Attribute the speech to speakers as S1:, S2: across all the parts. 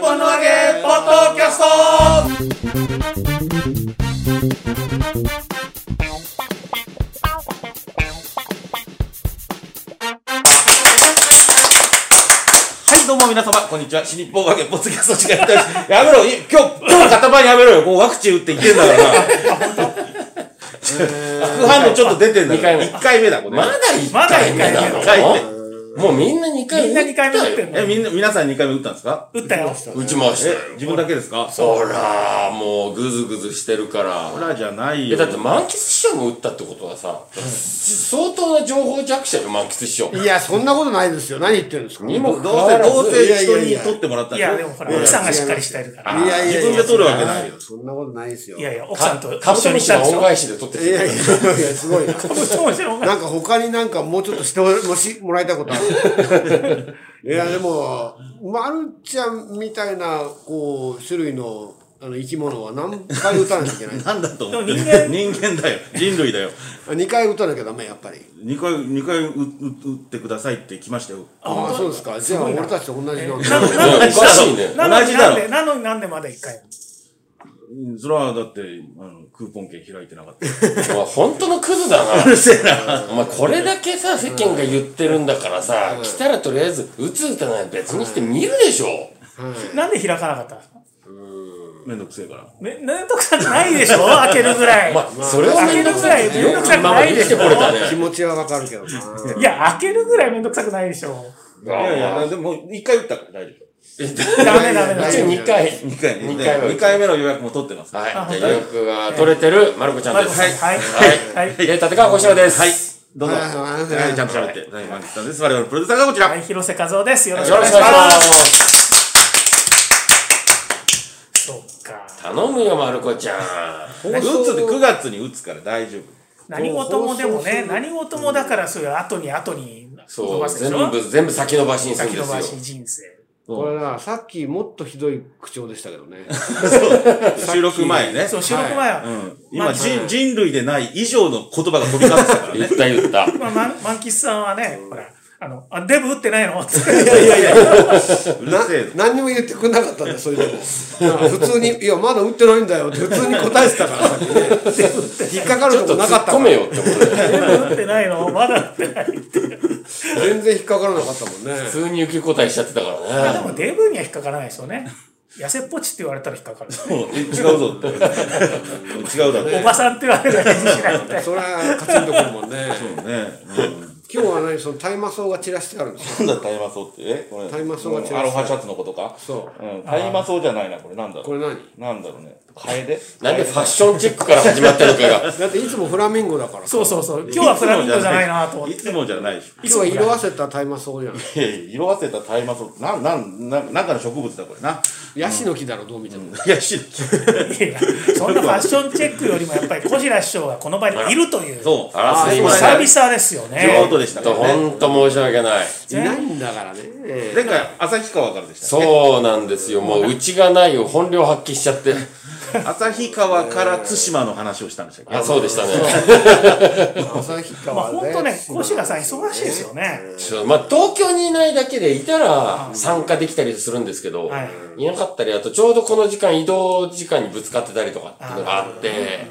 S1: 本の揚げポッドキャストはい、どうも皆様、こんにちは。新日本揚げポッドキャスト時間です。やめろ、い今日、今日片場にやめろよ。こうワクチン打って言ってんだからな。副反応ちょっと出てんだから。
S2: 二回目
S1: 1回目だ、これ。
S2: まだ一
S3: まだ1回
S2: だ
S3: 目
S2: ろ
S1: 一回目。
S2: もうみんな2回
S3: みんな2回目打ってん
S1: え、
S3: の
S1: みんな、皆さん2回目打ったんですか
S3: 打ったよ。
S2: 打ちましたよ
S1: え、自分だけですか
S2: そらもうグズグズしてるから
S1: らじゃない
S2: え
S1: よ。
S2: だって満喫師匠も打ったってことはさ、相当な情報弱者よ満喫師匠
S4: いや、そんなことないですよ。何言ってるんですか。い
S2: にもかか
S1: どう
S2: わ
S1: せ、
S2: らず
S1: どう
S4: い
S1: せ
S4: やい
S1: 人
S4: やい
S1: に
S4: や
S1: 取ってもらった
S3: い
S1: んでしょ
S3: や、でもほら、奥さんがしっかりしてるから。
S4: やいやいや、
S1: 自分で取るわけないよ
S4: そんなことないですよ。
S3: いやいや、奥さんと
S2: か
S3: 一
S2: カブト
S3: 緒に
S2: ム
S3: し
S2: シ
S3: た
S2: の
S3: でし
S2: 恩
S3: ょ。
S2: 返しで取ってき
S4: いやいや、
S2: て
S4: いやいやすごいな。
S3: カブトムシの恩返
S4: な
S3: し
S4: んか他になんかもうちょっとしてもしもらいたいことあ る。いや、でも、まるちゃんみたいな、こう、種類の、あの、生き物は何回打たなきゃいけない
S1: なんだと思って
S3: でも人間
S1: 人間だよ。人類だよ。
S4: あ二回打たなきゃダメ、やっぱり。
S1: 2回、二回うう打ってくださいって来ましたよ。
S4: ああ、そうですか。じゃあ、俺たちと同じなんだ。
S3: な
S2: い
S3: の
S2: やお
S3: なの
S2: かしいね
S3: なの
S1: 同
S3: に
S1: じ
S3: な
S1: だ
S3: ん
S1: ろ
S3: で、なのになんでまだ1回
S1: うんそれはだって、あの、クーポン券開いてなかった。
S2: お前本当のクズだな
S1: うるせえな。
S2: お前これだけさ世間が言ってるんだからさ、来たらとりあえず打つ打たない別に来て見るでしょ
S3: なんで開かなかったんですか
S1: めんどくせえから。
S3: め、めんどくさくないでしょ開けるぐらい。
S2: まあそれは
S3: 開け
S2: 面
S3: る
S2: 倒く
S3: ぐ
S2: さ
S3: ら
S2: い
S3: い
S2: よ
S3: めんどくさく
S2: 今
S3: な
S2: まで
S3: いで
S2: 生き
S3: しょ
S2: てこれたね
S4: 気持ちはわかる けどな。
S3: いや、開けるぐらいめんどくさくないでしょ
S1: いやいや、でも、1回打ったから大丈
S3: ダメダメダ
S2: 一応
S3: メ。
S2: 2回
S1: 夫。2回ね。
S2: 二回は
S1: 二回目の予約も取ってます。
S2: はいじゃあ予約が取れてるまる子ちゃんです
S3: はい。はい。はい。はい。
S2: で立川こしらですはい
S1: どうぞ。
S4: はいはいはい
S1: はい、ちゃんと喋って。はい、満喫さんです。我々プロデューサーがこちら。
S3: はい広瀬和夫です。よろしく
S2: よ
S3: お
S2: ろ
S3: 願い
S2: し
S3: し
S2: くお願い
S3: ま
S2: します。
S3: す。そっか。
S2: 頼むよ、まるこちゃん。
S1: 打つって9月に打つから大丈夫。
S3: 何事もでもね、何事もだから、そういう後に後に伸
S2: そ
S3: ば
S2: う、
S3: すでし
S2: 全
S3: ょ
S2: 部、全部先延ばしにするん
S3: 先
S2: で
S3: 延ば
S2: す
S3: し
S2: よ。
S3: 人生。
S4: これな、さっきもっとひどい口調でしたけどね。
S1: 収録前ね。
S3: そう、収録前
S1: う
S3: は、
S1: ん今
S3: まあ
S1: 人、人類でない以上の言葉が飛び交ってたから
S2: 言
S1: ね
S2: っ。た言った。
S3: まあ、マンマンキスさんはね、ほら、あの、あ、デブ打ってないの って。
S1: うるせえぞ。
S4: 何にも言ってくれなかったんだよ、それでも。普通に、いや、まだ打ってないんだよって、普通に答えてたから、さっきね。引っかかる
S2: ちょ
S4: こ
S2: っと
S4: とな
S2: 突
S4: か
S2: っ
S4: っ
S2: 込
S4: たから
S2: め。よってことで。
S3: デブ打ってないのまだ打ってないって。
S4: 全然引っかからなかったもんね。
S2: 普通に受け答えしちゃってたから
S3: で
S2: ね。
S3: も、デブに は引っかからないですよね。痩せっぽちって言われたら引っかかる。
S1: もうえ違うぞって。違うだろ。
S3: おばさんって言われたら返事しないみたいな。
S4: それはカチンとくるもん ね。
S1: ねうん
S4: 今日は何その大麻草が散らしてあるんですか
S1: なんだ大麻草ってえこれ
S4: 大麻草が違う
S1: アロハシャツのことか、
S4: そう
S1: ん、大麻草じゃないなこれなんだろう
S4: これ何
S1: なんだろうねカエデ
S2: なんでファッションチェックから始まったのか が。
S4: だっていつもフラミンゴだから。
S3: そうそうそう。今日はフラミンゴじゃないなと思って。
S1: いつもじゃないでしょ
S4: 今日は色あせた大麻草じゃない。
S1: いやいや色あせた大麻草なんなんなんなんかの植物だこれな
S4: ヤシの木だろ、どう見ても。
S1: いや知る
S3: いやいやそんなファッションチェックよりも、やっぱり小白師匠がこの場にいるという。
S1: そう
S2: あらすい
S1: 今
S2: ません
S1: 久
S3: 久々ですよね。
S1: 々でしたからね
S2: ほんと申し訳 ない。
S4: いないんだからね。え
S1: 前回旭川からでしたっけ
S2: そうなんですよ。もう、うちがないよ。本領発揮しちゃって。
S1: 旭川から対馬の話をしたんでしたっけ
S2: あ、そうでしたね。
S4: え旭川
S3: まあ、本当ね、小白さん
S4: い
S3: 忙しいですよね。
S2: ちょまあ、東京にいないだけでいたら参加できたりするんですけど、
S3: はい
S2: いなかったり、あとちょうどこの時間移動時間にぶつかってたりとかっていうのがあって、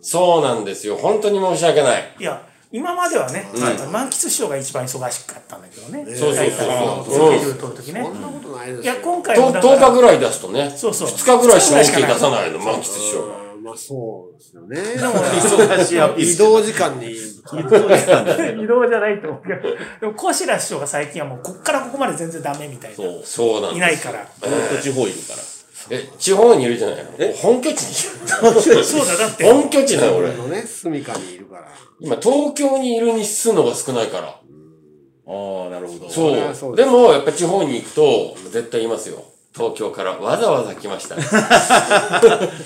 S2: そうなんですよ。本当に申し訳ない。
S3: いや、今まではね、満喫師匠が一番忙しかったんだけどね。
S2: そうそうそう
S3: ス
S2: そう
S3: ケジュール取るときね
S4: そ。んなことないですよ。
S3: いや、今回も
S2: と
S3: だ
S2: 10
S3: から
S2: 日ぐらい出すとね、
S3: そうそう
S2: 2日ぐらいしか OK 出さないの、
S3: そう
S2: 満喫師匠が。
S4: まあそうですよね。
S1: 忙しいアピール
S4: 移
S1: してた
S4: 動時間に。
S3: 移動じゃないと思うけど。でも、小白師匠が最近はもう、こっからここまで全然ダメみたい
S1: そう
S2: そうなん
S3: な。
S2: で
S3: い
S2: す。
S3: ないから。
S1: ずっと地方いるから
S2: え、地方にいるじゃないの。本拠地に
S3: そうだ、だって、
S2: いる。本拠地なの、俺
S4: 俺。のね、住処にいるから。
S2: 今、東京にいる日数の方が少ないから。
S1: ああなるほど
S2: そ
S4: れは
S2: う。
S4: そう
S2: で
S4: です
S2: も、やっぱ地方に行くと、絶対いますよ。東京からわざわざ来ました。
S1: 喜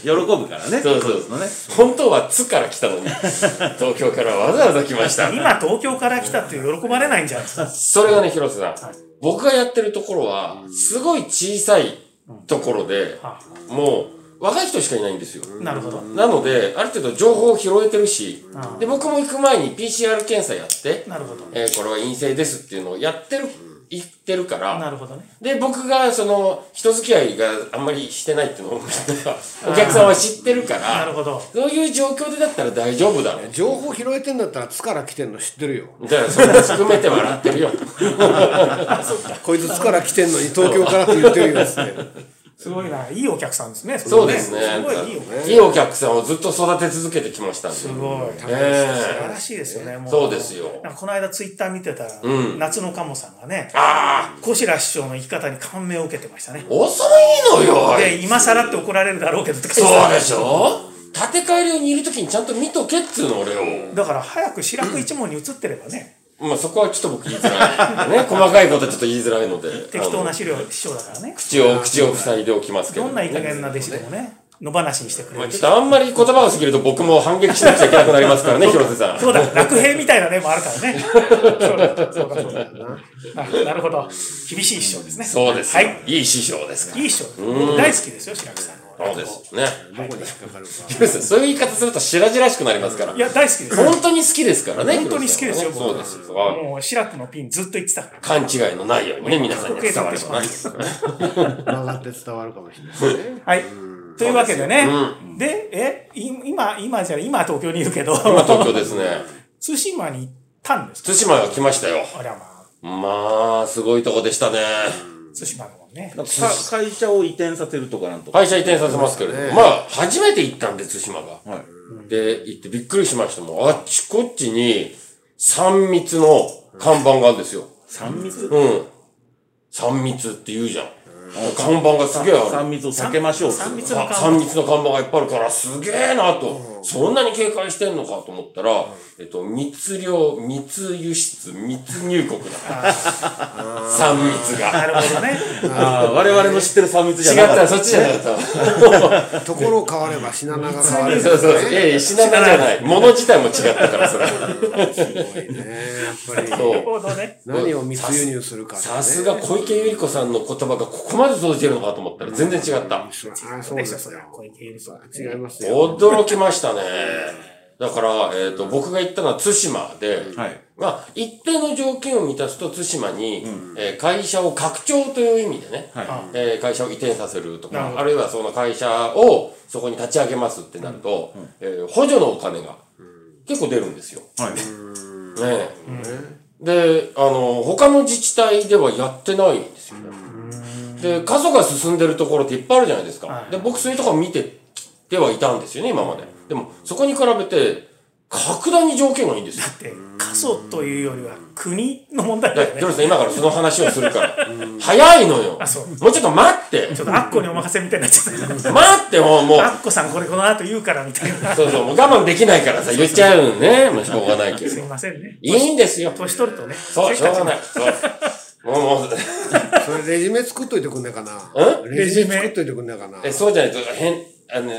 S1: ぶからね
S2: そうそう
S1: のね
S2: 本当は「つ」から来たの に東京からわざわざ来ました
S3: 今東京から来たって喜ばれないんじゃないですか。
S2: それがね広瀬さん僕がやってるところはすごい小さいところで
S3: あ
S2: もう若い人しかいないんですよ
S3: なるほど。
S2: なのである程度情報を拾えてるしで僕も行く前に PCR 検査やって
S3: なるほど。
S2: えーこれは陰性ですっていうのをやってる行ってるから、
S3: なるほどね。
S2: で、僕がその人付き合いがあんまりしてないっていうのを、お客さんは知ってるか
S3: なる
S2: ら、
S3: ほど。
S2: そういう状況でだったら大丈夫だろう。
S4: 情報拾えてんだったら、つから来てんの知ってるよ。
S2: だからそれも含めて笑ってるよ。
S4: こいつつから来てんのに東京からって言ってるよっつって。
S3: すごいな。いいお客さんです ね。
S2: そうですね。
S3: すごいいいお客
S2: いいお客さんをずっと育て続けてきましたんで。
S3: すごい。素
S2: え
S3: 晴らしいですよね。も
S2: そうですよ
S3: なんかこの間ツイッター見てたら、
S2: うん
S3: 夏の鴨さんがね、
S2: ああ、
S3: 小白師匠の生き方に感銘を受けてましたね。
S2: 遅いのよ。あい
S3: で、
S2: つ
S3: 今更って怒られるだろうけどって書いてた
S2: そうでしょ建て替えるようにいるときにちゃんと見とけっつうの俺を。
S3: だから早く白く一門に移ってればね、
S2: まあそこはちょっと僕言いづら い。ね、細かいことはちょっと言いづらいので。
S3: 適
S2: あ
S3: 当
S2: の
S3: な資料師匠だからね。
S2: 口を、口を塞いでおきますけど、
S3: ど
S2: ね。
S3: んないい加減な弟子でもね、野放しにしてく
S2: ま
S3: れ
S2: あ
S3: る
S2: ちょっ。とあんまり言葉が過ぎると僕も反撃しなくちゃいけなくなりますからね、広瀬さん。
S3: そうだ、楽兵みたいな例もあ るからね。そうだ、そうだ、そうだ。あなるほど。厳しい師匠ですね。
S2: そうです
S3: は
S2: よ。
S3: い。
S2: い、い師匠ですから。
S3: いい師匠。僕大好きですよ、白くさんの。
S2: そうですね。
S4: どこに引っかかるか。
S2: 広瀬さんそういう言い方すると白々しくなりますから
S3: い。や、大好きです。
S2: 本当に好きですからね。
S3: 本当に好きですよ
S2: 広瀬さんはねそうですよ。あ
S3: もう、白くのピンずっと言ってたから。
S2: 勘違いのないようにね、皆さんには伝わればな。
S4: 曲がって伝わるかもしれないね。
S3: はい。というわけでね
S2: う。
S3: で、え、い今、今じゃない今東京にいるけど、
S2: 今東京ですね。
S3: 対馬に行ったんですか
S2: 対馬が来ましたよ。
S3: あらまあ、
S2: まあ、すごいとこでしたね。
S3: 対馬のもんね。
S1: なんかか会社を移転させるとかなんとか。
S2: 会社移転させますけれども、まあ、初めて行ったんで、対馬が。
S1: はい。
S2: で、行ってびっくりしました。もう、あっちこっちに、三密の看板があるんですよ。
S1: 三密
S2: うん。三密って言うじゃん。看板がすげえある。
S1: 三密を避けましょう。
S3: 三密の
S2: あ
S3: 看
S2: 三密の看板がいっぱいあるから、すげえなと。そんなに警戒してんのかと思ったら、えっと、密漁、密輸出、密入国だ。三密が。
S3: なるほどね。
S1: ああ、我々の知ってる三密じ
S2: 違
S1: ゃ
S2: っ、
S1: なかったた。
S2: そっちじゃなかった。
S4: ところ変われば品長が変わる。
S2: そうそうそう。いやいや、品川じゃない。物自体も違ったから、それ。
S4: すごいね。やっぱり。
S2: そ
S3: なる
S2: う。
S3: ほどね。
S4: 何を密輸入するかってね。
S2: さすが小池百合子さんの言葉がここまで通じてるのかと思ったら全然違った。
S4: そりゃそ うです
S3: そりゃ
S4: よ。
S3: 小池百合子
S4: 違いますよ。
S2: 驚きましたね。だから、えっ、と、僕が行ったのは対馬で、
S1: はい。
S2: まあ、一定の条件を満たすと対馬に、えー会社を拡張という意味でね、
S1: はい
S3: あ
S2: えー会社を移転させると
S3: なるほ
S2: か、
S3: ど
S2: あるいはその会社をそこに立ち上げますってなると、えー補助のお金が結構出るんですよ。
S1: はい。
S2: ねで、あの、他の自治体ではやってないんですよね。で、過疎が進んでるところっていっぱいあるじゃないですか。
S3: はい
S2: で、僕そういうところ見てではいたんですよね、今まで。でも、そこに比べて、格段に条件がいいんですよ。
S3: で、過疎というよりは国の問題だ
S2: で
S3: よ、
S2: ヒ
S3: ね。
S2: ロさん、今からその話をするから。早いのよ。も
S3: あ
S2: うち
S3: そう
S2: ょっと待って。
S3: ちょっとアッコにお任せみたいになっちゃった。
S2: 待って、もう、もう
S3: ア。ッコさんこれこの後言うからみたいな。
S2: そうそう、もう我慢できないからさ、言っちゃうのね。もうしょうがない けど。
S3: すい
S2: い
S3: ませんね。
S2: いんですよ。
S3: 年取るとね。
S2: そう、しょうがない。そう。もう、もう、
S4: それレジュメ作っといてくんないかな。レジュメ作っといてくんないかな。
S2: え、そうじゃないと、変、あの、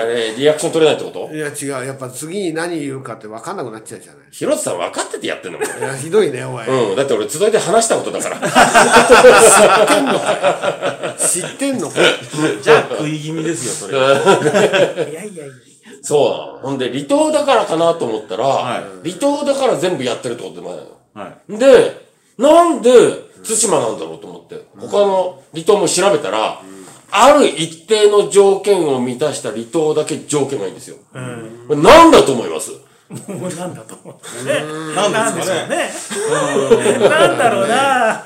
S2: あれ、リアクション取れないってこと
S4: いや違う。やっぱ次に何言うかって分かんなくなっちゃうじゃない。
S2: 広瀬さん分かっててやってんのこ
S4: いや、ひどいね、おい。
S2: れうん。だって俺、集いで話したことだから。
S4: 知ってんのか。
S1: じゃあ、食い気味ですよ、それ。
S3: いやいやいや。
S2: そうなの。ほんで、離島だからかなと思ったら、
S1: はい
S2: 離島だから全部やってるってことでもないの
S1: はい。
S2: よ。で、なんで、対馬なんだろうと思って、他の離島も調べたら、ある一定の条件を満たした離島だけ条件がいいんですよ。
S3: うん。
S2: これなんだと思います
S3: もうなんだと思う。ね。
S1: なんですかね
S3: ね。なんだろうな。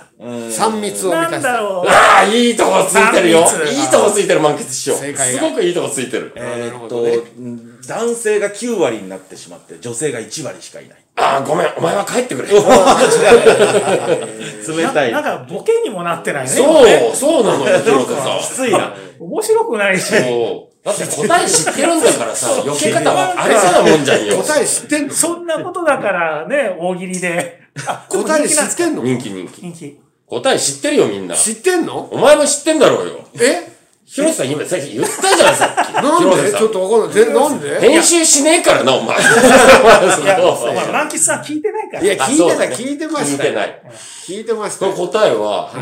S4: 三密を満
S3: な
S4: た
S3: ん
S4: し
S3: だ
S4: た。
S2: う
S3: ろう。
S2: わあ、いいとこついてるよ。い
S3: 三密
S2: いとこついてる満喫師匠。
S4: 正解
S2: す
S4: が
S2: ごくいいとこついてる。
S1: えーっと、
S4: なる
S1: うん男性が9割になってしまって、女性が1割しかいない。
S2: ああ、ごめん、お前は帰ってくれ。
S1: 冷たい
S3: な。なんかボケにもなってないね。今ね
S2: そう、そうなのよ、広瀬 さん。
S1: きついな。
S3: 面白くないし。
S2: そう。だって答え知ってるんだからさ、避け方はあれそうなもんじゃんよ。
S4: 答え知ってんの
S3: そんなことだからね、大喜利で。あ、でも
S4: 答え
S3: 人気
S4: 知
S3: なんですか
S4: ってんの
S2: 人気人気。
S3: 人気。
S2: 答え知ってるよ、みんな。
S4: 知ってんの
S2: お前も知ってんだろうよ。
S4: え
S2: 広瀬さん今さっき言ったじゃん、さっき。
S4: なん
S2: 広瀬
S4: で
S2: さ
S4: ちょっ
S2: ん。
S4: とわかんない。でなんで
S2: 編集しねえからな、お前。
S3: いや、
S2: そう
S3: まあ、満喫さん聞いてないから。
S4: いや、
S2: あ
S4: 聞い
S2: そう
S4: て
S2: だ
S4: た、
S2: ね
S4: 聞いてま
S2: 聞
S4: し
S2: い
S4: た
S2: て
S4: よ。
S2: ない。
S4: 聞いてました
S2: こ
S4: よ
S2: の。答えは、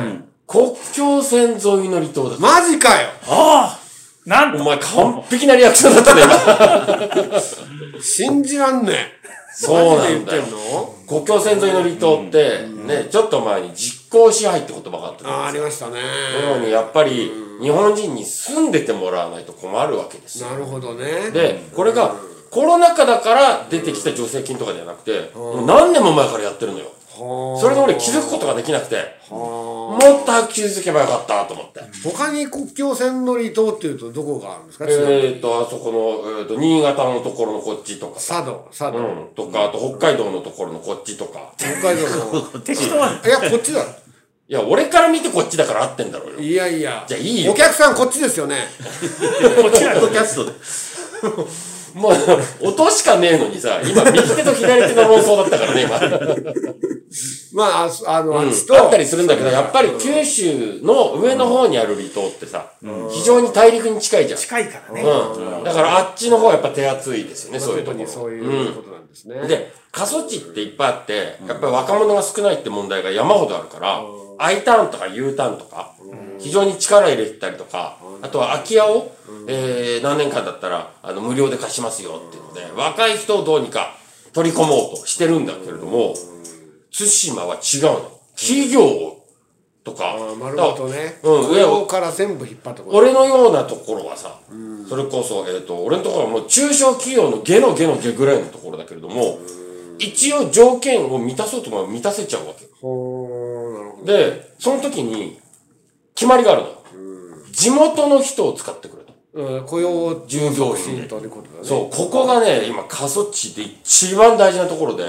S2: 国境線沿いの離島だ。
S4: マジかよ
S3: ああなん
S2: お
S3: と
S2: 前完璧なリアクションだ ったね、今。
S4: 信じらんねえ。
S2: そうなん
S4: マジ
S2: だ
S4: で
S2: よ
S4: 言ってんの
S2: 国境線沿いの離島って、ね、ちょっと前に実興支配って言葉があったと
S4: あー
S2: 思
S4: あ
S2: うんで
S4: り
S2: すよ
S4: ましたね
S2: このようにやっぱり日本人に住んでてもらわないと困るわけですよ
S4: なるほどね
S2: でこれがコロナ禍だから出てきた助成金とかじゃなくてもう何年も前からやってるのよそれで俺気づくことができなくてもっと早く気づけばよかったと思って
S4: 他に国境線の離島っていうとどこがあるんですかちなみに
S2: えっとあそこの、えー、と新潟のところのこっちとか
S4: 佐渡佐渡、
S2: うんとかあと北海道のところのこっちとか
S4: 北海道の
S3: 適当は、
S4: いやこっちだ
S2: いや俺から見てこっちだから合ってんだろうよ
S4: いやいや
S2: じゃあいいよ
S4: お客さんこっちで すよね
S3: こっちだ
S1: ポッドキャストで。
S2: もう音しかねえのにさ今右手と左手の論争だったからね今
S4: まあああの、あっちと
S2: あったりするんだけど、やっぱり九州の上の方にある離島ってさ、非常に大陸に近いじゃん。
S3: 近いからね。
S2: うん。だからあっちの方はやっぱ手厚いですよね、そういうと
S4: 特
S2: こ
S4: にそう
S2: ろ。
S4: いうことなんですね、
S2: うん。で、過疎地っていっぱいあって、やっぱり若者が少ないって問題が山ほどあるから、I ターンとか U ターンとか、非常に力入れてたりとか、あとは空き家を、えー、何年間だったら、あの、無料で貸しますよっていうので、若い人をどうにか取り込もうとしてるんだけれども、対馬は違うの。企業とか、
S4: あー丸ごとね
S2: だうん、上
S4: 上
S2: を、
S4: から全部引っ張ってこい
S2: 俺のようなところはさ、それこそ、えっ、と、俺のところはもう中小企業の下の下の下ぐらいのところだけれども、一応条件を満たそうと思えば満たせちゃうわけよ。
S4: ほーなるほ
S2: で、その時に、決まりがあるのよ。地元の人を使ってくれと。
S4: ど、うん、雇用
S2: 従業
S4: シ
S2: 員
S4: ー
S2: で。
S4: トいうことだね
S2: そう、ここがね、今、過疎地で一番大事なところで、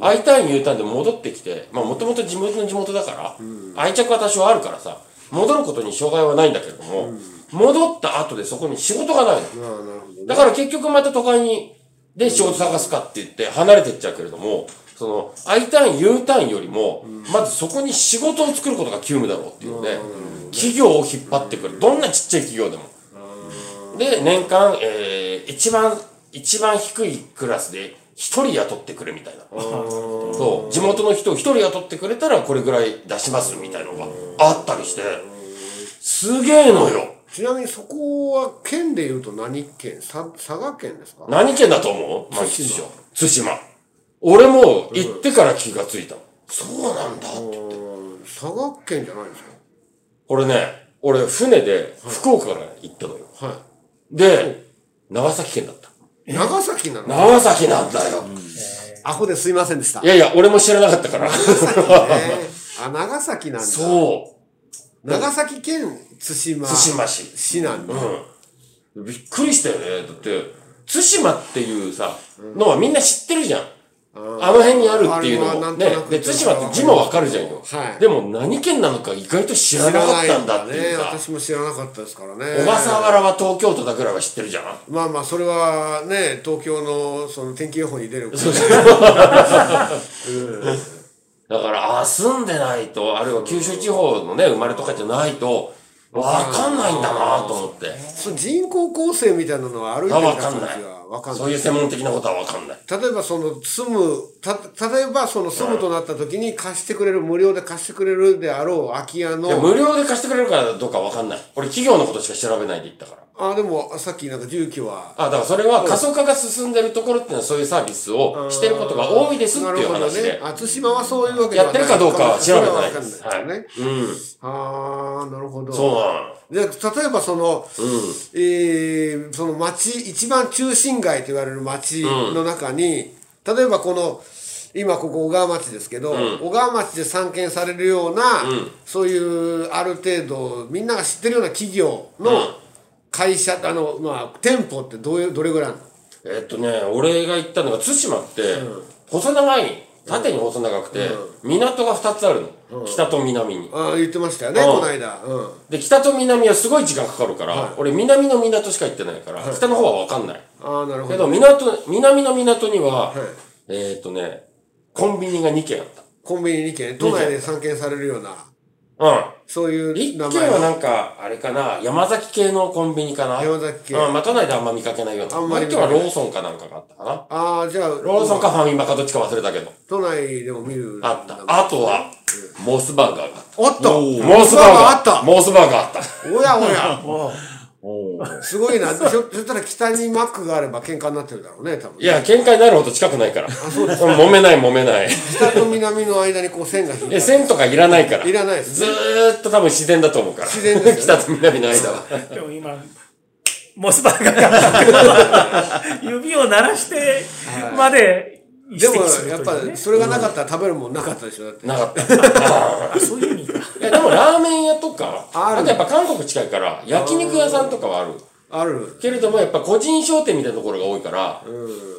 S2: I ターン、U ターンで戻ってきて、まあ、もともと地元の地元だから、愛着は多少あるからさ、戻ることに障害はないんだけれども、戻った後でそこに仕事がないの。
S4: あーなるほど
S2: だから結局また都会に、で仕事探すかって言って離れてっちゃうけれども、その、I ターン、U ターンよりも、まずそこに仕事を作ることが急務だろうっていうので、企業を引っ張ってくる。どんなちっちゃい企業でも。で、年間、えー、一番、一番低いクラスで一人雇ってくれみたいな。そう、地元の人を一人雇ってくれたらこれぐらい出しますみたいなのがあったりして、すげえのよ。
S4: ちなみにそこは県でいうと何県佐佐賀県ですか
S2: 何県だと思う満喫市場。対馬。俺も行ってから気がついたの。そうなんだって。
S4: うん佐賀県じゃないですか
S2: 俺ね、俺船で福岡から行ったのよ。
S4: は
S2: で、長崎県だった。
S4: い長崎なの
S2: 長崎なんだよ。
S4: アホですいませんでした
S2: いやいや、俺も知らなかったから。
S4: ねあ、長崎なんだ。
S2: そう。
S4: 長崎県対馬
S2: 対馬市。
S4: 市なんだ。
S2: うん。びっくりしたよね。だって、対馬っていうさ、のはみんな知ってるじゃん。あの辺にあるっていう
S4: あれは
S2: の
S4: な
S2: も。
S4: ん
S2: ね
S4: となく。
S2: で、対馬って字もわかるじゃんよ。
S4: はい
S2: でも何県なのか意外と知らなかったんだっていう
S4: 知ら
S2: さ
S4: ないね。。私も知らなかったですからね。
S2: 小笠原は東京都だぐらいは知ってるじゃん。
S4: まあまあ、それはね、東京のその天気予報に出る。
S2: だから、あ、住んでないと、あるいは九州地方のね、生まれとかじゃないと、わかんないんだなと思って。
S4: その人口構成みたいなのは歩いて
S2: あ、わ
S4: る
S2: かん
S4: 人
S2: な
S4: たちはわか
S2: い。
S4: ん
S2: そ
S4: な
S2: う
S4: い。
S2: いう専門的なことはわかんない。
S4: 例えばその住む、た、例えばその住むとなった時に貸してくれる、無料で貸してくれるであろう空き家
S2: いや
S4: の、
S2: 無料で貸してくれるかどうかわかんない。俺、企業のことしか調べないで行ったから。
S4: あ、でもさっきなんか住居は、
S2: あ、だからそれは過疎化が進んでるところっていうのはそういうサービスをしてることが多いですって
S4: ないる
S2: う
S4: ほど
S2: 話で。
S4: ね。あ、対馬はそういうわけで
S2: や
S4: は
S2: っ
S4: な
S2: て
S4: い
S2: るかどうかは調べて
S4: それ
S2: な
S4: わ
S2: い
S4: か
S2: で
S4: んです
S2: す。
S4: よ
S2: はい。
S4: ね。
S2: うん。
S4: ああなるほど
S2: そうなの。
S4: で例えばその、えーその町一番中心街と言われる町の中に、例えばこの今ここ小川町ですけど、小川町で散見されるような、そういうある程度みんなが知ってるような企業の会社、あのまあ店舗ってどういうどれぐらいあるの
S2: えっとね、俺が行ったのが対馬って、細長い、縦に細長くて、港が2つあるの。北と南に。
S4: ああ言ってましたよね、
S2: うん
S4: この間、うん、
S2: で、北と南はすごい時間かかるから、俺南の港しか行ってないから、北の方はわかんない。
S4: ああなるほ
S2: け
S4: ど
S2: ど、港、南の港には、
S4: い
S2: えっとね、コンビニが2軒あっ
S4: コンビニ2軒都内で散見されるような
S2: た。うん。
S4: そういう
S2: 一
S4: 名
S2: 軒
S4: 前
S2: はな
S4: の
S2: んか、あれかな、山崎系のコンビニかな。
S4: 山崎系
S2: うん、まあ、都内であんま見かけないような。
S4: あんま
S2: もう
S4: り
S2: 一
S4: 見
S2: 軒
S4: かけ
S2: は
S4: ない
S2: ローソンかなんかがあったかな。
S4: ああじゃあ
S2: ローソンかファミマかどっちか忘れたけど。
S4: 都内でも見る
S2: あった。あとは、モスバーガーがあった。
S4: おっと
S1: おー
S2: モスバーガー
S4: あっ た
S2: モスバーガーあった。
S4: おやおや
S1: おー
S4: すごいな。ひょ そしたら北にマックがあれば喧嘩になってるだろうね、多分。
S2: いや、喧嘩になるほど近くないから。うん揉めない揉めない。
S4: 北と南の間にこう線が引いて
S2: え、。線とかいらないから。
S4: いらないです
S2: ずーっと多分自然だと思うから。
S4: 自然です
S2: 北と南の間は。
S3: でも今、モスバーガーが指を鳴らしてまで指
S4: でも
S3: 摘する
S4: やっ
S3: というね
S4: ぱそれがなかったら食べるもんなかったでしょ、だって。
S2: なかった。
S3: あそういう意味か。
S2: いや、でもラーメン屋とか、
S4: あ
S2: あ
S4: る
S2: とやっぱ韓国近いから、焼肉屋さんとかはある。
S4: ある。
S2: けれども、やっぱ個人商店みたいなところが多いから、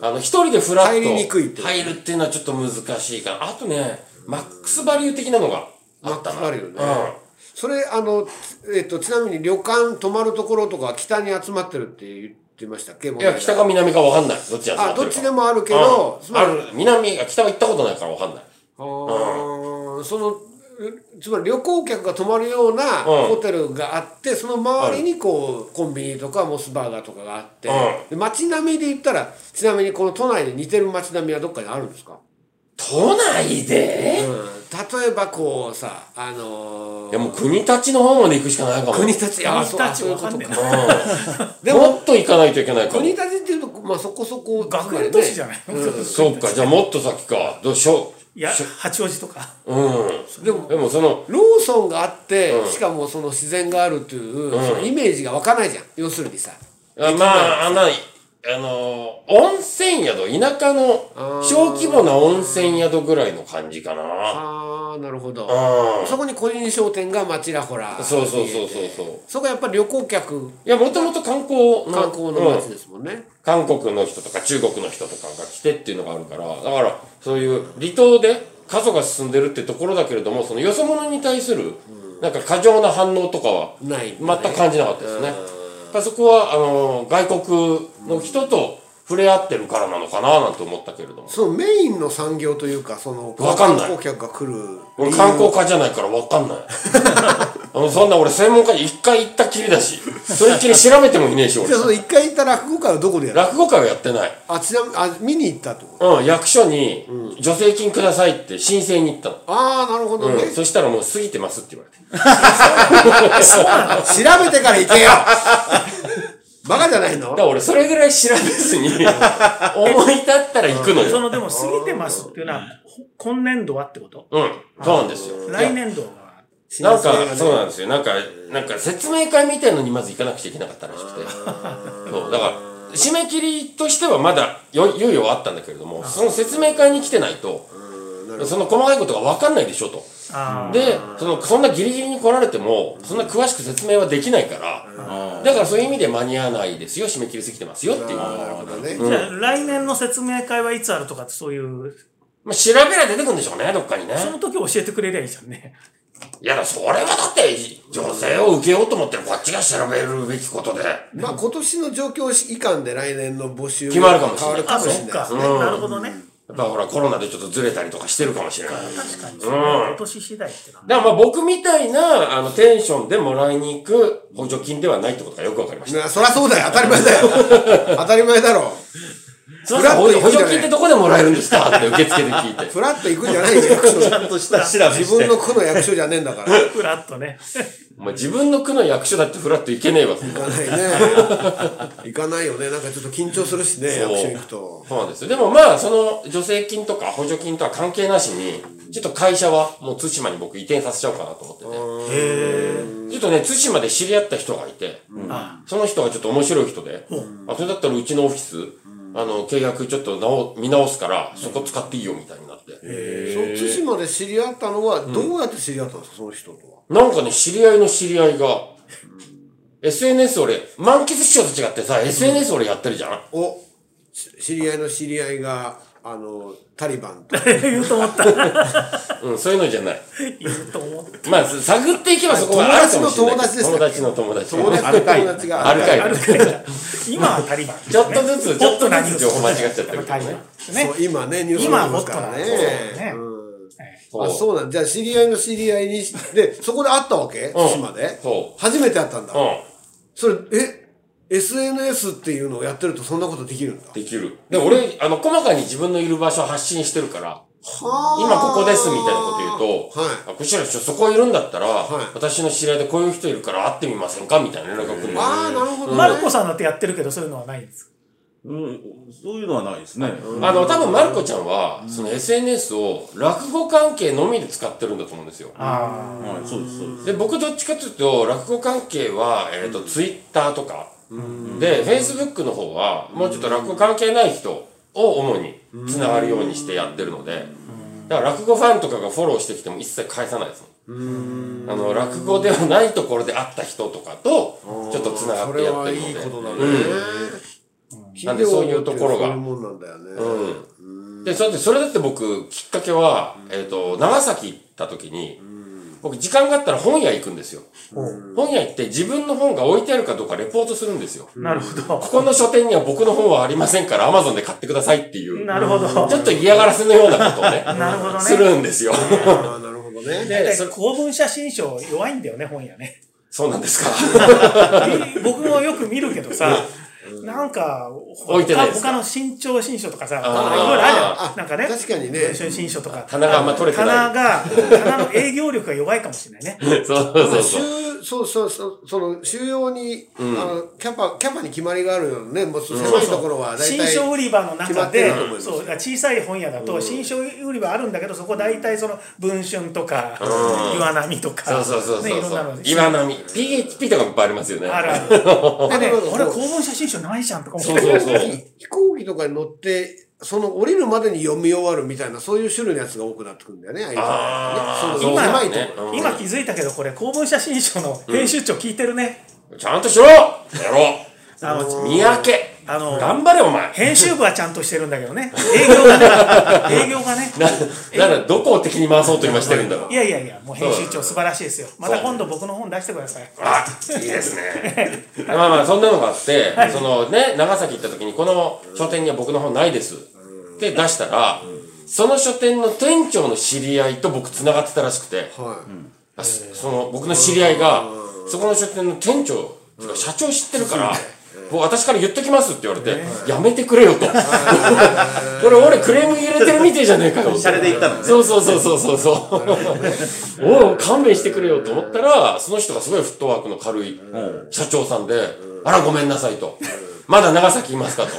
S2: あの、一人でフラッと
S4: 入りにくいって
S2: 入るっていうのはちょっと難しいから。あとね、マックスバリュー的なのがあったな。
S4: マックスバリューね
S2: うん
S4: それ、あの、えっと、ちなみに旅館泊まるところとかは北に集まってるって言ってましたっけい
S2: いや、北か南か分かんない。どっちや
S4: あ、どっちでもあるけど、つ
S2: あ
S4: まり、
S2: る。南が、北は行ったことないから分かんない。
S4: あーその、えつまり旅行客が泊まるようなホテルがあって、その周りにこう、コンビニとかモスバーガーとかがあって、
S2: うん
S4: で街並みで言ったら、ちなみにこの都内で似てる街並みはどっかにあるんですか、
S2: 都内で、
S4: うん、例えばこうさ、あのー
S2: いや、もう国立の方まで行くしかないかも。
S4: 国立、あー
S3: 国
S4: そうあ
S3: たち
S4: そういう
S3: わ
S4: こ
S3: か
S4: と
S3: んねえ
S4: か。
S3: な。
S2: うんもっと行かないといけないかも
S4: 国。立っていうと、まあそこそこ、
S3: 学園都市じゃ
S4: い
S3: ない
S2: そうか、じゃあもっと先か。どうしよ
S3: いや、八王子とか。
S2: う。うん。でも、でもその、
S4: ローソンがあって、しかもその自然があるという、そのイメージが湧かないじゃん。要するにさ。
S2: あまあ、あの、あの、温泉宿、田舎の小規模な温泉宿ぐらいの感じかな。
S4: あー、なるほど。
S2: うん。
S4: そこに個人商店がまちらほら。
S2: そうそうそうそうそう。
S4: そこはやっぱり旅行客、
S2: いや、もともと観光の、
S4: 観光の
S2: うん
S4: 街ですもんね。
S2: 韓国の人とか中国の人とかが来てっていうのがあるから、だから、そういう離島で過疎が進んでるってところだけれども、そのよそ者に対する、なんか過剰な反応とかは、
S4: ない。
S2: 全く感じなかったですね。だからそこは、あの、外国の人と触れ合ってるからなのかななんて思ったけれども。
S4: そのメインの産業というか、その、
S2: わかんない
S4: 観光客が来る。
S2: 俺観光家じゃないから分かんない。 あの、そんな俺専門家に一回行ったきりだし、それっきり調べてもいねえし、
S4: じゃあそ
S2: 俺。
S4: の一回行った落語会はどこでやる
S2: 落語会はやってない。
S4: あ、ちなみに、あ、見に行ったってこと
S2: うん、役所に助成金くださいって申請に行ったの。
S4: あー、なるほどね。
S2: うん
S4: 調
S2: そしたらもう過ぎてますって言われて。
S4: べてから 行けよバカじゃないの
S2: だから俺それぐらい調べずに、思い立ったら行くの
S3: そ
S2: よ。
S3: の、でも過ぎてますっていうのは、ほ今年度はってこと
S2: うん、そうなんですよ。
S3: 来年度は。
S2: なんか、そうなんですよ。なんか、なんか説明会みたいのにまず行かなくちゃいけなかったらしくて。そう、だから、締め切りとしてはまだよ猶予はあったんだけれども、その説明会に来てないと、その細かいことが分かんないでしょと。
S3: あー
S2: で、その、そんなギリギリに来られても、そんな詳しく説明はできないから、
S1: あ
S2: だからそういう意味で間に合わないですよ、締め切りすぎてますよっていう。
S4: あーなるほどね。
S3: じゃあ来年の説明会はいつあるとかってそういう、
S2: まあ、調べら出てくんでしょうね、どっかにね。
S3: その時教えてくれりゃいいじゃんね。
S2: いや、それはだって、女性を受けようと思ってるこっちが調べるべきことで。
S4: まあ今年の状況以下で来年の募集
S2: 決まるかもしれない
S4: 変わるか
S3: あ、
S4: もしれ
S3: そ
S4: な
S3: っ
S4: いで
S3: か
S4: す。ね。
S3: なるほどね。
S2: やっぱほら、コロナでちょっとずれたりとかしてるかもしれない。だか
S3: 確かに、それは今年次第ってな。
S2: らまあ僕みたいな、あの、テンションでもらいに行く補助金ではないってことがよくわかりまし
S4: いやそりゃそうだよ。当たり前だ よ。当たり前だ
S2: た。
S4: ろ。
S2: すいません、
S4: フラッ
S2: 補
S4: と行
S2: 助
S4: く
S2: 補助
S4: じゃない
S2: 金ってどこでもらえるんですかって受付で聞いて。
S4: フラッと行くんじゃないよ、役所
S1: ーちゃんとした調べ
S4: 自
S1: して
S4: 分の区の役所じゃねえんだから。
S3: ふらっとね。
S2: お前自分の区の役所だってフラッと行けねえわ。
S4: 行かないね。行かないよね。なんかちょっと緊張するしね、
S2: そう
S4: 役所行くと。
S2: そうなんですよ。でもまあ、その助成金とか補助金とは関係なしに、ちょっと会社はもう対馬に僕移転させちゃおうかなと思ってて。ちょっとね、対馬で知り合った人がいて、
S3: あ
S2: その人がちょっと面白い人で、あ、それだったらうちのオフィス、あの、契約ちょっと直見直すから、そこ使っていいよみたいになって。
S4: その対馬で知り合ったのは、どうやって知り合ったんですか、その人とは。
S2: なんかね、知り合いの知り合いが、SNS 俺、満喫師匠と違ってさ、SNS 俺やってるじゃん。
S4: お、し知り合いの知り合いが、あの、タリバンと。
S3: あ、言うと思った。
S2: うん、そういうのじゃない。
S3: 言うと思った。
S2: まあ、探っていけばそこはあるかもしれないけど。
S4: 友達
S2: の友達です
S4: 友
S2: 友
S4: 達
S2: 達。
S4: と友達が。
S2: あるかい
S3: あるかいな今はタリバン、ね。
S2: ちょっとず つ、ちょっとずつ情報間違っちゃってるけど
S3: タリバ
S2: ね
S3: ン。ですね
S4: そう。、今ね、ニュースに
S3: 今
S4: な
S3: は
S4: り
S3: ホッ
S4: ます
S3: ト
S4: か
S3: なん
S4: ら
S3: で
S4: ね
S3: すよね。。
S2: そ
S4: あ
S2: う。
S4: そうなんじゃあ知り合いの知り合いにしでそこで会ったわけ対馬で
S2: そ
S4: 初めて会ったんだ、
S2: う
S4: それえ SNS っていうのをやってるとそんなことできるんだ
S2: ん。できる。で、俺、あの、細かに自分のいる場所を発信してるから、
S4: 今
S2: 今ここですみたいなこと言うと、
S4: はい
S2: あこちらちょそこいるんだったら、
S4: はい
S2: 私の知り合いでこういう人いるから会ってみませんかみたいな連絡が来るんですよ
S4: ああなるほどね
S3: マルコさんだってやってるけど、そういうのはないんです。
S1: うん、そういうのはないですね。
S2: あの、多分まるこちゃんは、その SNS を落語関係のみで使ってるんだと思うんですよ。
S3: あ
S1: はい、そうです、そうです。
S2: で、僕どっちかというと、落語関係は、えっ、と、ツイッターとか、で、Facebook の方は、もうちょっと落語関係ない人を主に繋がるようにしてやってるので、だから落語ファンとかがフォローしてきても一切返さないですもん。あの、落語ではないところで会った人とかと、ちょっと繋が
S4: そ
S2: って
S4: れ
S2: やって
S4: は
S2: るの
S4: いい
S2: で。
S4: ことだね、
S2: なんでそういうところが
S4: 企業ってそういうもんなんだよね、
S2: うんで、それで、それだって僕、きっかけは、えっ、と、長崎行った時に、僕、時間があったら本屋行くんですよ。本屋行って自分の本が置いてあるかどうかレポートするんですよ。
S3: あ、なるほど。
S2: ここの書店には僕の本はありませんから、アマゾンで買ってくださいっていう、
S3: なるほど。
S2: ちょっと嫌がらせのようなことをね、
S3: なるほどね
S2: するんですよ。
S4: ああなるほどね
S2: で、そ
S3: 大体公文写真賞弱いんだよね、本屋ね。
S2: そうなん ですか。
S3: 僕もよく見るけどさ、なんか、
S2: 置いてないですか
S3: 他の新潮新書とかさ、いろいろ
S2: あー
S3: あるじゃん。なんかね、
S4: 確かにね
S3: 文春新書とか。
S2: 棚があんま取れて
S3: 棚
S2: な
S3: が、棚の営業力が弱いかもし れないね。
S2: い。そうそうそう。
S4: 収そうそうそうその収容に、あのキャパキャパに決まりがあるよねもう狭いところは大
S3: 新
S4: 体、
S3: 書売り場の
S4: 決ま
S3: 中
S4: って
S3: で
S4: ると思い、ます
S3: そう、小さい本屋だと、新書売り場あるんだけど、そこ大体その、文春とか、岩波と
S2: そ
S3: か、
S2: うそうそう
S3: ね、い
S2: そう
S3: ろん
S2: そ
S3: なの
S2: う。。岩波。PHP とかもいっぱいありますよね。
S3: あるあ る。
S4: あ
S3: でね、
S4: でも
S3: これ公文写真賞ないじゃんとか思って
S2: そうそうそう。
S4: 飛行機とかに乗ってその降りるまでに読み終わるみたいなそういう種類のやつが多くなってくるんだよねああいう
S2: あーそ
S4: のはねそう
S2: う
S4: 狭
S2: だ
S4: い
S2: ね
S4: ところ、
S3: 今気づいたけど、これ公文写真賞の編集長聞いてるね。
S2: ちゃんとしろやろ
S3: あの、
S2: 三宅
S3: あの
S2: 頑張れお前
S3: 編集部はちゃんとしてるんだけどね。営業がね。営業がね。
S2: ななんだどこを敵に回そうと今してるんだろう
S3: いやいやいや、もう編集長素晴らしいですよ。また今度僕の本出してください。
S2: あいいですねまあまあそんなのがあって、そのね長崎行った時にこの書店には僕の本ないですって出したら、その書店の店長の知り合いと僕繋がってたらしくて、
S4: はい
S2: あそその僕の知り合いがそこの書店の店長てか社長知ってるから、もう私から言っときますって言われて、やめてくれよと。 これ俺クレーム入れてるみてえじゃねえかよ。
S1: シャレで言ったのね
S2: そうそうそうそうそう そう。おう勘弁してくれよと思ったら、その人がすごいフットワークの軽い社長さんで、あらごめんなさいと。まだ長崎いますかと。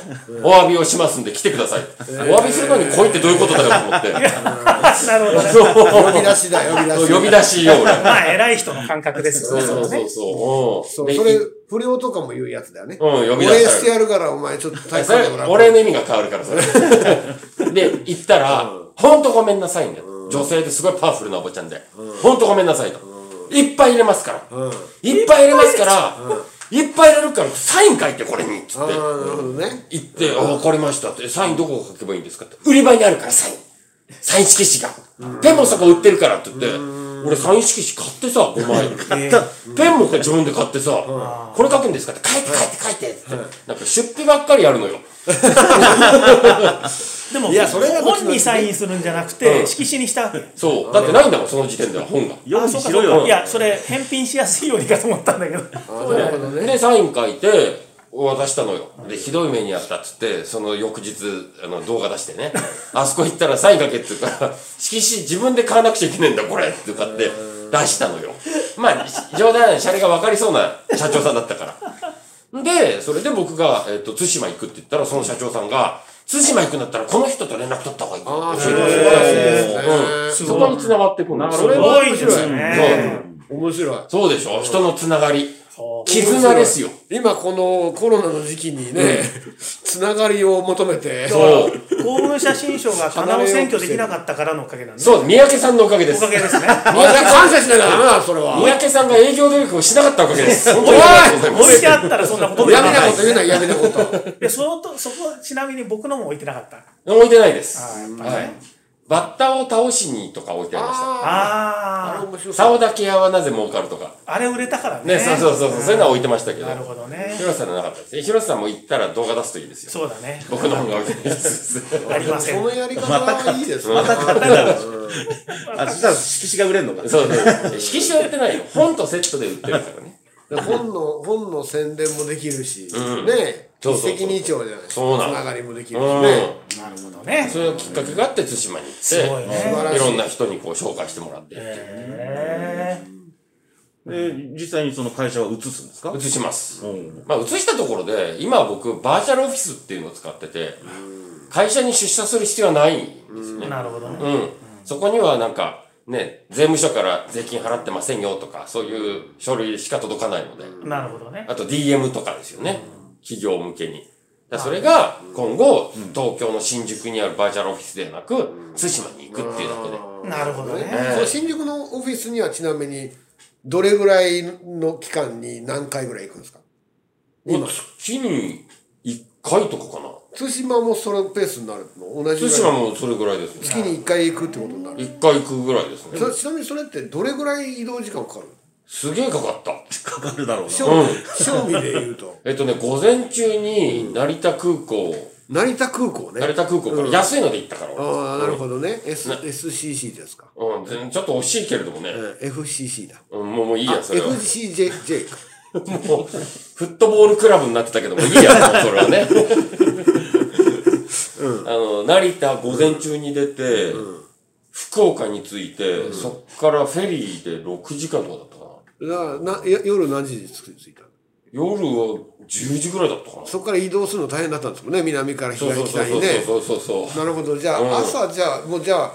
S2: お詫びをしますんで来てください。お詫びするのに来いってどういうことだよと思って。
S3: なるほどね。
S2: そう
S4: 呼び出しだ呼び出し
S2: 呼び出しよう。俺
S3: まあ、偉い人の感覚ですよ
S2: そうそう
S3: ね。
S2: そ
S3: それね
S2: うそう。
S4: そ
S2: うん
S4: う
S2: で
S4: それ不良とかも言うやつだよね、
S2: うん呼び出
S4: 俺
S2: し
S4: してやるからお前ちょっと大
S2: それ
S4: 変だから、
S2: 俺の意味が変わる から、それ。で、行ったら、ほんとごめんなさいね。女性ですごいパワフルなおばちゃんで。ほんとごめんなさいと。いっぱい入れますから。いっぱい入れますから、いっぱい入れるから、サイン書いて、これに。つっ
S4: ああ
S2: て。
S4: なるほどね
S2: 行って、あ、わかりましたって、サインどこ書けばいいんですかって。売り場にあるから、サイン。サイン色紙が。ペンもそこ売ってるからって言って、俺サイン色紙買ってさ、5枚。ペンも自分で買ってさ、これ書くんですかって、書いて書いて書いてって。なんか出費ばっかりやるのよ。
S3: でも、
S4: やそれが
S3: 本にサインするんじゃなく
S2: うん
S3: て、色紙にしたわけ。
S2: そう。だってないんだもん、その時点では本が。
S1: 用意
S3: そうか
S1: し
S3: そ
S1: ろ
S3: うか
S1: よ
S3: い。や、それ、返品しやすいようにかと思ったんだけど。
S2: で、サイン書いて、渡したのよ。で、ひどい目にあったっつって、その翌日、あの、動画出してね。あそこ行ったらサイン書けって言うから、色紙自分で買わなくちゃいけないんだ、これって買って、出したのよ。まあ、冗談、シャレが分かりそうな社長さんだったから。で、それで僕が、えっ、と、津島行くって言ったら、その社長さんが、津島行くんだったら、この人と連絡取った方がいいって
S4: ああそ
S2: 教
S4: れ
S2: え
S4: は
S2: てくれ
S4: 素
S2: た
S4: 晴らしいですね、
S2: うんそこに繋がってくるの。それ
S3: す
S2: は
S3: ごいですね。
S4: 面白い
S2: そうでしょ人のつながり。
S3: そう
S2: 絆ですよ。
S4: 今このコロナの時期にね、つながりを求めて
S2: そう。
S3: 公文写真賞が棚を選挙できなかったからのおかげなんで。
S2: そう、三宅さんのおかげで
S3: お
S2: す。
S3: か
S2: 三
S3: げですね。
S4: 感謝しなきゃダメだそれは
S2: 宅さんが営業努力をしなかったおかげです。本当にありがとうござい
S3: 置いてあったらそんなこと
S4: やめなこと
S3: い
S4: 言うなやめなこと
S3: で、そのと、そこ、ちなみに僕のも置いてなかった。
S2: ます。置いてないです。
S3: あーやっぱね
S2: はい。バッタを倒しにとか置いてありまし
S4: あれ
S3: あ
S4: 面白
S2: た。
S4: そう
S2: 竿だけ屋はなぜ儲かるとか。
S3: あ、あれ売れたからね。
S2: ね、そうそうそうそう、そういうのは置いてましたけど
S3: な。るほどね。
S2: 広瀬さんのなかったですね。広瀬さんも行ったら動画出すといいですよ。
S3: そうだね。
S2: 僕の本が置いてないです。
S3: ありませ
S4: そ
S3: ん。
S4: のやり方はいいですね、
S1: あ、そしたら色紙が売れんのか。
S2: そうそう。色紙は売ってないよ。本とセットで売ってるからね。
S4: で本の、本の宣伝もできるし、
S2: うん
S4: ねえ、
S2: そうそうそう
S4: 一石二鳥じゃない
S2: そうなの
S4: つながりもでき
S2: う
S4: るしね
S2: ん。
S3: なるほどね
S2: そ。れのきっかけがあって対馬に行って
S3: すごいね
S4: 素晴らしい
S2: いろんな人にこう紹介してもらって
S3: へ
S1: で、実際にその会社は移すんですか
S2: 移します、
S1: うん。
S2: まあ、移したところで今僕バーチャルオフィスっていうのを使ってて会社に出社する必要はないんですよ
S3: え
S2: ね
S3: なるほどね。
S2: うん、そこにはなんかね税務署から税金払ってませんよとかそういう書類しか届かないので、
S3: なるほどね。
S2: あと DM とかですよね。企業向けに。だからそれが今後、東京の新宿にあるバーチャルオフィスではなく、対馬に行くっていうだけで。
S3: なるほどね
S4: その新宿のオフィスにはちなみに、どれぐらいの期間に何回ぐらい行くんですか今
S2: もう、月に1回とかかな。
S4: 対馬もそのペースになるの同じぐ
S2: 対
S4: らい
S2: 馬もそれぐらいですね。
S4: 月に1回行くってことになる。
S2: 1回行くぐらいですね。
S4: そちなみにそれってどれぐらい移動時間かかる
S2: すげえかかった。
S1: かかるだろうな。
S4: 正正味で言うと。
S2: えっとね、午前中に成田空港、
S4: 成田空港ね。
S2: 成田空港から安いので行ったから俺
S4: ああ、なるほどね。S、SCC ですか。
S2: うん、全ちょっと惜しいけれどもね。
S4: うん FCC だ。
S2: うん、もうもういいや、それは。
S4: FCJ か。
S2: もう、フットボールクラブになってたけども、いいや、もうそれはね。 あの、成田午前中に出て、福岡に着いて、そっからフェリーで6時間とかだったかな。
S4: ななや夜何時に着いたの
S2: 夜は10時ぐらいだったかな。
S4: そこから移動するの大変だったんですもんね。南から
S2: そう
S4: 東
S2: そうそ
S4: 北
S2: うそ
S4: に
S2: う
S4: ね。
S2: そうそうそう
S4: なるほど。じゃあ、
S2: うん
S4: 朝、じゃあ、もうじゃあ、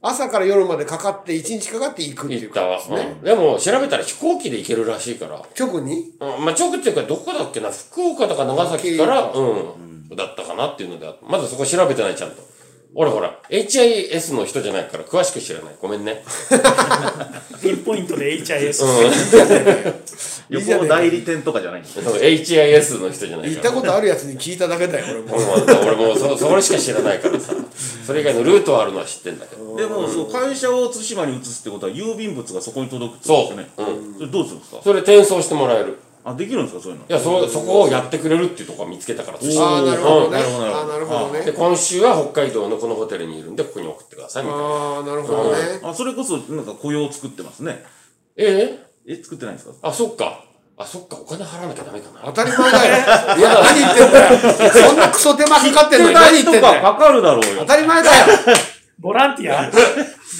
S4: 朝から夜までかかって、一日かかって行くってい
S2: 行
S4: う
S2: っ
S4: か
S2: たわ、うんでも、調べたら飛行機で行けるらしいから。
S4: 直に
S2: うん、まあ、直っていうか、どこだっけな、福岡とか長崎から、うん、だったかなっていうのであって、まずそこ調べてない、ちゃんと。俺ほら、HIS の人じゃないから、詳しく知らない。ごめんね。
S3: ピンポイントで HIS。
S1: 旅行代理店とかじゃないんです
S2: そう HIS の人じゃない
S4: 行っ
S2: か
S4: た
S2: ら。
S4: ことあるやつに聞いただけだよ、俺も。
S2: うん俺もうそ、それしか知らないからさ。それ以外のルートはあるのは知ってんだけど。
S1: でも、そう、会社を対馬に移すってことは、郵便物がそこに届くってことですよね。それどうするんですか
S2: それ転送してもらえる。
S1: あ、できるんですかそういうの
S2: い。や、そ、そこをやってくれるっていうところを見つけたから、
S1: おー
S4: ああ、なるほどね。
S1: なるほどなる
S4: あ
S1: ほ
S4: あ、
S1: ど
S4: なるほど
S2: で、
S4: ね。
S2: 今週は北海道のこのホテルにいるんで、ここに送ってください、みたいな。
S4: ああ、なるほどね。
S1: あ、それこそ、なんか雇用を作ってますね。
S2: ええ
S1: え、作ってないんですか
S2: あ、そっか。あ、そっか、お金払わなきゃダメかな。
S4: 当たり前 だよ。いや、何言ってんだよ。そんなクソ手間かかってんのに何言ってんだ
S1: か
S4: よ。
S1: かかるだろう
S4: 当
S1: よ。
S4: たり前だよ。
S3: ボランティア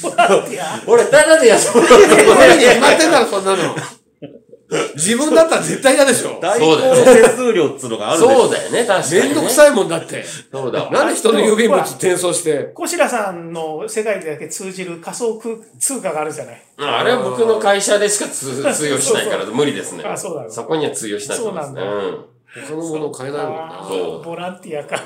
S3: ボランティア
S2: 俺、ただで休む。
S4: これに決まってんだろ、そんなの。自分だったら絶対嫌でしょ。
S1: 代行の手数料っつうのがあるでしょ
S2: そうだよね、確かに、ね。
S4: めんどくさいもんだって。
S2: そうだ。
S4: なんで人の郵便物転送して。
S3: 小白さんの世界でだけ通じる仮想空通貨があるじゃない。
S2: あれは僕の会社でしか通通用しないから無理ですね。
S3: あそうだろう
S2: そこには通用しないと思いますね。
S3: そう
S4: 他のもの買えないもんな。
S2: そう
S3: ボランティアか。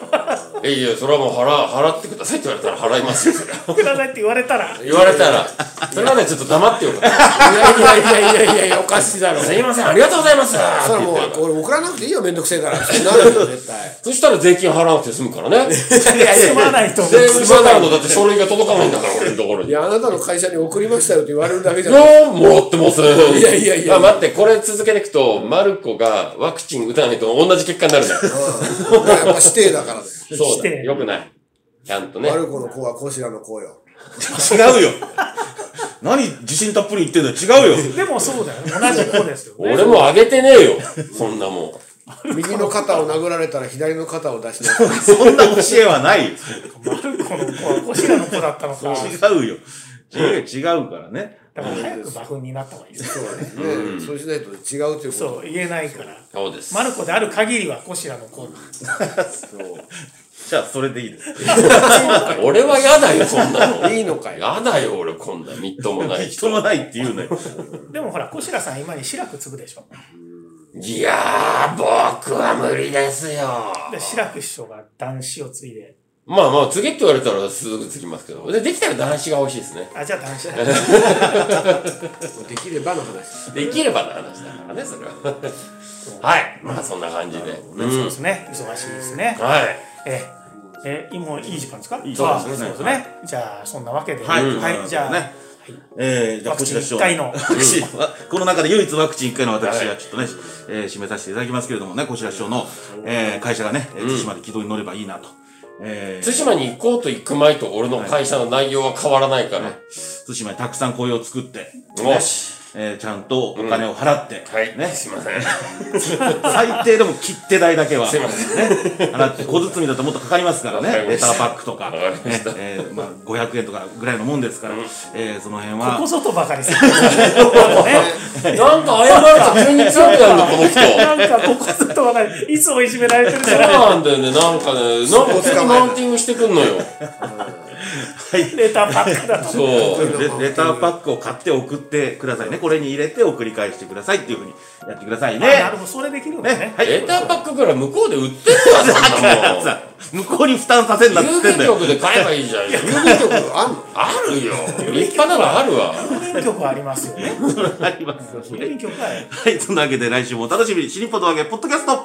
S2: うん。いやいや、それはもう払、払ってくださいって言われたら払いますよ、それは
S3: くださいって言われたら。
S2: 言われたら。それまでちょっと黙ってよか った。
S4: いやいやいやいやいやいや、おかしいだろ。
S2: すいません、ありがとうございますって
S4: そしたら
S2: 言
S4: も
S2: っ
S4: う
S2: てれば、
S4: 俺送らなくていいよ、めんどくせえから。な るよ、絶対。
S2: そしたら税金払わなくて済む からね。
S3: すまな いと思う
S2: 税務署からのだって書類が届かないんだから、俺のところ
S4: い
S2: に。いや
S4: や、あなたの会社に送りましたよって言われるだけじ ゃない。
S2: ー、もらってません。
S4: いやいやいや
S2: あ、待って、これ続けていくと、マルコがワクチン打たないと同じ結果にな るじゃん。
S4: うんやっぱ指定だからだよ。
S2: そう
S3: し
S2: だ。
S3: て
S2: よくない。ちゃんとね
S4: マ。ルコの子はコシラの子よ。
S1: 違うよ。 何自信たっぷり言ってんの違うよ。
S3: でもそうだよね。同じ子ですよね。
S2: 俺もあげてねえよ。そんなもん。
S4: 右の肩を殴られたら左の肩を出しなさい。
S1: そんな教えはないよ。
S3: マルコの子は小白の子だったのか。
S1: 違うよ。違う違うからね。
S3: だから早く馬群になった方がいいです
S4: そうだね。ねそうしないと違うということ。
S3: そう、言えないから。
S2: そうです。
S3: マルコである限りは小白の子。
S1: じゃあ、それでいいです。
S2: 俺は嫌だよ、そんなの。
S4: いいのかよ。
S2: 嫌だよ、俺、こんな、みっともない
S1: 人
S2: 人。
S1: もないって言うのよ。
S3: でもほら、小白さん今に白く継ぐでしょ。
S2: いやー、僕は無理ですよ。
S3: で、白く師匠が男子を継いで。
S2: まあまあ、次って言われたらすぐ次ますけど。で、できたら男子が欲しいですね。
S3: あ、じゃあ男子だ。
S4: できればの話。
S2: できればな話だからね、それ は。はい。まあ、そんな感じで。う
S3: そうんで。すね。忙しいですね。
S2: はい。
S3: え、え、今いい時間ですかそう
S1: いい
S3: そう
S1: そうですね
S3: ですね。じゃあ、そんなわけで。
S1: はい。
S3: はい、じゃあ、
S1: ね。えー、じゃあ、
S3: ワ
S1: こ
S3: ク
S1: ち
S3: チ
S1: ら
S3: ン
S1: 師匠。
S3: 1回の。
S1: ワクチンはこの中で唯一ワクチン1回の私がちょっとね、えー締めさせていただきますけれどもね、こちら師匠の、えー会社がね、えー対馬で軌道に乗ればいいなと。えー
S2: 対馬に行こうと行く前と俺の会社の内容は変わらないから。
S1: 対馬にたくさん雇用を作って、
S2: よし。
S1: えーちゃんとお金を払って、
S2: はい。
S1: ね、
S2: すいません。
S1: 最低でも切手代だけは、
S2: すいま
S1: ね、払って、小包だともっとかかりますからね、
S2: わかりま
S1: レ
S2: した
S1: ターパックとか、
S2: わかりました
S1: ねえーまあ、500円とかぐらいのもんですから、えーその辺は。
S3: ここぞとばかりする。ね
S2: なんか謝られた急に強くなるんだ、この人。
S3: なんかここぞとばかり、いつもいじめられてるん
S2: そう
S3: だな。
S2: なんだよね、なんかね、なんか結構マウンティングしてくんのよ。
S3: レターパックだと。
S2: そう。
S1: レレターパックを買って送ってくださいね。これに入れて送り返してくださいっていうふうにやってくださいね。
S3: なるほど、それできるんだ
S1: ね
S3: ね。。
S1: はい。
S2: レターパックぐらい向こうで売ってるわ、 そんなもん。
S1: さ 向こうに負担させんなっつっ
S2: 郵
S1: てんだ
S2: 便
S1: よ。
S2: 局で買えばいいじゃん。
S4: 郵便局あんの
S2: あるよ。立派なのあるわ。
S3: 郵便局ありますよね。
S1: ありますよね
S3: 郵便局はある
S1: はい。そんなわけで来週もお楽しみに。シリポとわけ、ポッドキャスト